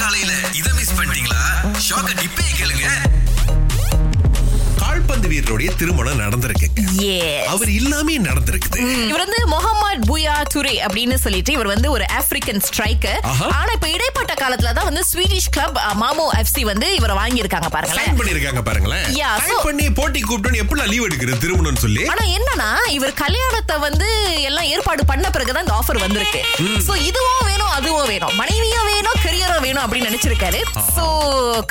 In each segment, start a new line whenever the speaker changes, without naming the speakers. காலையில இதை மிஸ் பண்ணிட்டீங்களா ஷாக்க டிப்பே கேளுங்க கால்பந்து வீரருடைய திருமணம் நடந்திருக்குங்க
Yes.
அவர் இல்லாமே நடந்திருக்குது
இவர் வந்து முகமது புயா துரே அப்படின்னு சொல்லிட்டு இவர் வந்து ஒரு ஆப்பிரிக்கன் ஸ்ட்ரைக்கர்
ஆஹா.
ஆனா இப்ப இடைப்பட்ட காலத்துல தான் வந்து ஸ்வீடிஷ் கிளப் மாமோ எஃப்சி வந்து இவரை வாங்கியிருக்காங்க பாருங்களேன்
சைன் பண்ணிருக்காங்க பாருங்களேன்
Yeah,
சைன்
so-
பண்ணி போட்டி கூப்பிட்டு எப்படி லீவ் எடுக்கிறது திருமணம்னு சொல்லி
ஆனா என்னன்னா இவர் கல்யாணத்தை வந்து எல்லாம் ஏற்பாடு பண்ண பிறகுதான் இந்த ஆஃபர் வந்திருக்கு சோ இதுவும் வேணும் அதுவும் வேணும் மனைவியும் வேணும் கெரியரும் வேணும் அப்படின்னு நினைச்சிருக்காரு சோ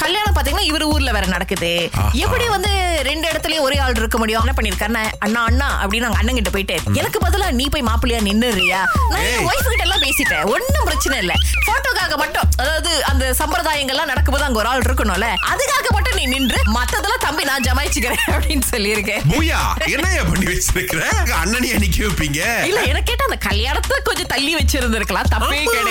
கல்யாணம் பாத்தீங்கன்னா இவர் ஊர்ல வேற நடக்குது
ஆஹா.
எப்படி வந்து ரெண்டு இடத்துலயும் ஒரே ஆள் இருக்க முடியும் என்ன பண்ணிருக்காருன்னா அண்ணா அண்ணா அப்படின்னு அங்க அண்ணன் கிட்ட போயிட்டு எனக்கு பதிலா நீ போய் மாப்பிள்ளையா நின்னுறியா நான்
ஏய்.
என் ஒய்ஃப் கிட்ட எல்லாம் பேசிட்டேன் ஒண்ணும் பிரச்சனை இல்ல போட்டோக்காக மட்டும் அதாவது அந்த சம்பிரதாயங்கள்லாம் நடக்கும்போது அங்க ஒரு ஆள் இருக்கணும்ல அதுக்காக மட்டும் நீ நின்று மத்ததெல்லாம் தம்பி நான் ஜமாயிச்சுக்கிறேன் அப்படின்னு சொல்லியிருக்கேன்
பூயா என்னையா பண்ணி வச்சிருக்கிற அண்ணனையா நிக்க வைப்பீங்க
இல்ல எனக்கு கேட்ட அந்த கல்யாணத்தை கொஞ்சம் தள்ளி வச்சிருந்திருக்கலாம் தப்பே கிடையாது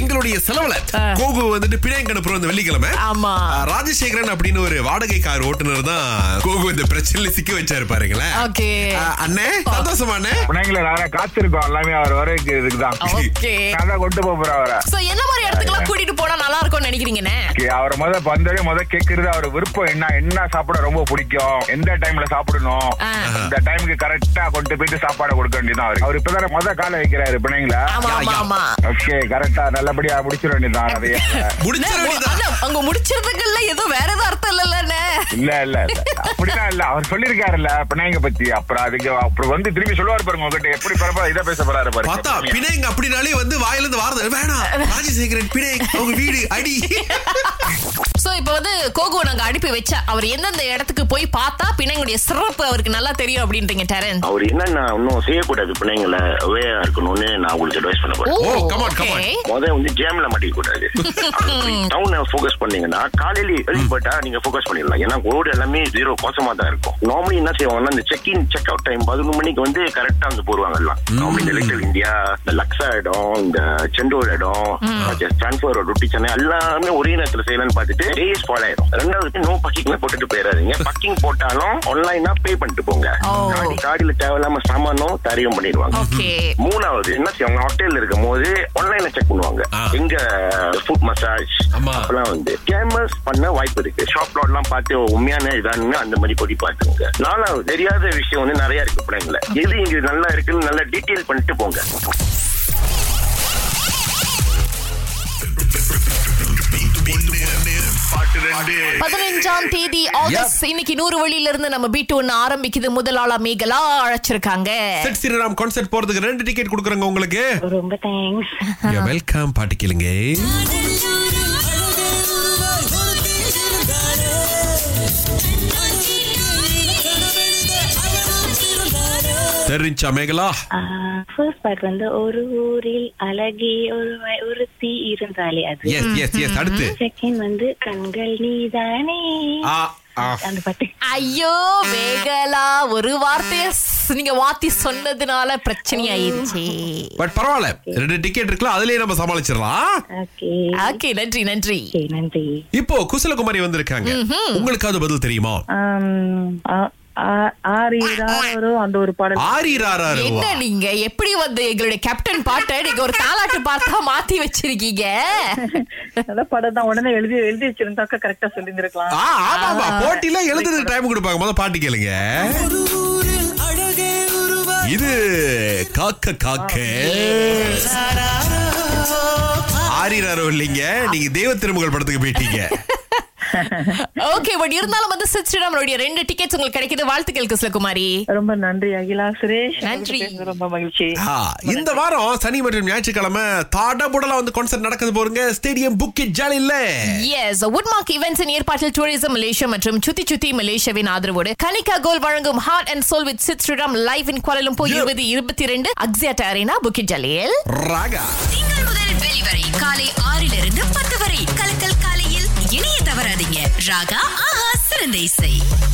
எங்களுடைய செலவுல
ஆ.
கோகு வந்துட்டு பிணையம் கணப்புறம் அந்த வெள்ளிக்கிழமை
ஆமா.
ஆ, ராஜசேகரன் அப்படின்னு ஒரு வாடகை கார் ஓட்டுநர் தான் கோகு இந்த பிரச்சனையில சிக்க வச்சாரு பாருங்களேன்
ஓகே
ஆ, அண்ணே சந்தோஷமா அண்ணே
பிள்ளைங்களை நானே காத்திருக்கோம் எல்லாமே அவர் வரைக்கு இதுக்குதான்
ஓகே
நான் தான் கொண்டு போக போறேன் அவரை
சோ என்ன மாதிரி இடத்துக்குலாம் கூட்டிட்டு போனா நல்லா இருக்கும்னு நினைக்கிறீங்கண்ணே
Okay, அவரை முத பந்தோடய முத கேக்குறது அவர் விருப்பம் என்ன என்ன சாப்பிட ரொம்ப பிடிக்கும் எந்த டைம்ல சாப்பிடணும்
ஆ.
இந்த டைமுக்கு கரெக்டா கொண்டு போயிட்டு சாப்பாடு கொடுக்க வேண்டியதான் அவருக்கு அவர் இப்பதானே முத காலை வைக்கிறாரு பிள்ளைங்களா
ஆமா ஆமா ஆமா
ஓகே கரெக்டா நல்லபடியா முடிச்சிட வேண்டியதான் அதையே
முடிச்சிட
அண்ணே,
வேண்டியதுதான்.
அண்ணே, அங்க முடிச்சிருக்கல ஏதோ வேற ஏதோ அர்த்தம் இல்லல்லண்ணே
இல்ல இல்ல இல்ல அப்படிதான் இல்ல அவர் சொல்லிருக்காருல்ல பிள்ளைங்க பத்தி அப்புறம் அதுக்கு அப்புறம் வந்து திரும்பி சொல்லுவாரு பாருங்க உங்ககிட்ட எப்படி பரப்பா இதை பேச போறாரு
பார்த்தா
பாருங்க
பிணையங்க அப்படின்னாலே வந்து வாயிலிருந்து வாரது வேணாம் ராஜசேகரன் பிணையங் அவங்க வீடு அடி
சோ இப்போ வந்து கோகுவை நாங்க அனுப்பி வச்சா அவர் எந்தெந்த இடத்துக்கு போய் பார்த்தா பிணைங்களுடைய சிறப்பு அவருக்கு நல்லா தெரியும் அப்படின்றீங்க டெரன்
அவர் என்னன்னா இன்னும் செய்யக்கூடாது பிள்ளைங்களை அவேயா இருக்கணும்னு நான் உங்களுக்கு அட்வைஸ் பண்ண போறேன்
Oh, come on, come on.
முத வந்து ஜேம்ல மாட்டிக்க கூடாது டவுனை ஃபோக்கஸ் பண்ணீங்கன்னா காலையில எழுதிப்பட்டா நீங்க ஃபோக்கஸ் பண்ணிடலாம் ஏன்னா ரோடு எல்லாமே ஜீரோ மோசமா தான் இருக்கும் நார்மலி என்ன செய்வாங்கன்னா இந்த check in check out time பதினொன்று மணிக்கு வந்து கரெக்டா வந்து போடுவாங்க எல்லாம் நார்மலி இந்த லிட்டில் இந்தியா இந்த லக்ஸா இடம் இந்த செண்டூர் இடம் டிரான்ஸ்பர் ரொட்டி சென்னை எல்லாமே ஒரே நேரத்துல செய்யலாம்னு பார்த்துட்டு ஏஎஸ் ஃபால் ஆயிடும் ரெண்டாவது நோ பக்கிங்ல போட்டுட்டு போயிடாதீங்க பக்கிங் போட்டாலும் ஆன்லைனா பே பண்ணிட்டு போங்க
ஓ.
காடியில தேவையில்லாம சாமானும் தரையும் பண்ணிடுவாங்க
ஓகே
மூணாவது என்ன செய்வாங்க ஹோட்டல்ல இருக்கும் போது ஆன்லைன்ல செக் பண்ணுவாங்க
ஆ.
எங்க ஃபுட் மசாஜ்
ஆமா.
அப்பெல்லாம் வந்து கேமஸ் பண்ண வாய்ப்பு இருக்கு ஷாப் லாட் எல்லாம் பார்த்து உண்மையான இதான்னு அந்த மாதிரி போய் பாத்துங்க நாலாவது தெரியாத விஷயம் வந்து நிறைய இருக்கு பிள்ளைங்கள எது இங்க நல்லா இருக்குன்னு நல்லா டீட்டெயில் பண்ணிட்டு போங்க
பதினஞ்சாம் தேதி ஆகஸ்ட் இன்னைக்கு நூறு வழியில இருந்து நம்ம பீட் ஒன்னு ஆரம்பிக்குது முதலாளா மேகலா அழைச்சிருக்காங்க
செட் ஸ்ரீராம் கான்சர்ட் போறதுக்கு ரெண்டு டிக்கெட் கொடுக்குறங்க உங்களுக்கு
ரொம்ப தேங்க்ஸ்
வெல்கம் பாட்டு கேளுங்க தெரிஞ்சா மேகலா
ஃபர்ஸ்ட் பார்ட் வந்து ஒரு ஊரில் அழகி ஒரு வ- ஒருத்தி இருந்தாலே அது
எஸ் எஸ் எஸ் அடுத்து
செகண்ட் வந்து கண்கள் நீதானே
ஆ, ஆ.
அந்த பாட்டு
ஐயோ மேகலா ஒரு வார்த்தைய ஸ்- நீங்க வாத்தி சொன்னதுனால பிரச்சனை ஆயிருச்சு
பட் பரவாயில்ல ரெண்டு டிக்கெட் இருக்குல்ல அதுலயே நம்ம சமாளிச்சிடலாம்
ஓகே
ஓகே நன்றி நன்றி
ஓகே நன்றி
இப்போ குசலகுமாரி வந்திருக்காங்க உங்களுக்காவது பதில் தெரியுமா
ஆரிரோ அந்த ஒரு பாடல்
ஆரி ராராரு
என்ன நீங்க எப்படி வந்து எங்களுடைய கேப்டன் பாட்டை நீங்க ஒரு தாலாட்டு பார்த்தா மாத்தி வச்சிருக்கீங்க
நல்ல பாடல் தான் உடனே எழுதி எழுதி வச்சிருந்தாக்கா கரெக்டா சொல்லியிருந்திருக்கலாம்
ஆ ஆமா ஆமா போட்டில எழுதுறது டைம் கொடுப்பாங்க முத பாட்டு கேளுங்க இது காக்க காக்க ஆரிராரோ இல்லைங்க நீங்க தெய்வ திருமகள் படத்துக்கு போயிட்டீங்க
ஓகே பட் இருந்தாலும் வந்து சிஸ்டம் நம்மளுடைய ரெண்டு டிக்கெட்ஸ் உங்களுக்கு கிடைக்குது வாழ்த்துக்கள் குசலகுமாரி
ரொம்ப நன்றி அகிலா சுரேஷ்
நன்றி.
பேசுனது ரொம்ப மகிழ்ச்சி
ஆ, இந்த வாரம் சனி மற்றும் ஞாயிற்றுக்கிழமை தாடபுடலா வந்து கான்சர்ட் நடக்குது போறங்க ஸ்டேடியம் புக்கி ஜாலி இல்ல
எஸ் உட்மார்க் இவெண்ட்ஸின் ஏற்பாட்டில் டூரிசம் மலேசியா மற்றும் சுத்தி சுத்தி மலேசியாவின் ஆதரவோடு கனிகா கோல் வழங்கும் heart and soul with Sid Sriram live in Kuala Lumpur இருபது இருபத்தி ரெண்டு அக்ஸியாட் அரேனா புக்கிட் ஜலியல்
ராகா
திங்கள் முதல் வெளிவரை காலை ஆறிலிருந்து பத்து வரை கலக்கல் காலையில் இணைய தவறாதீங்க ராகா ஆஹா சிறந்த இசை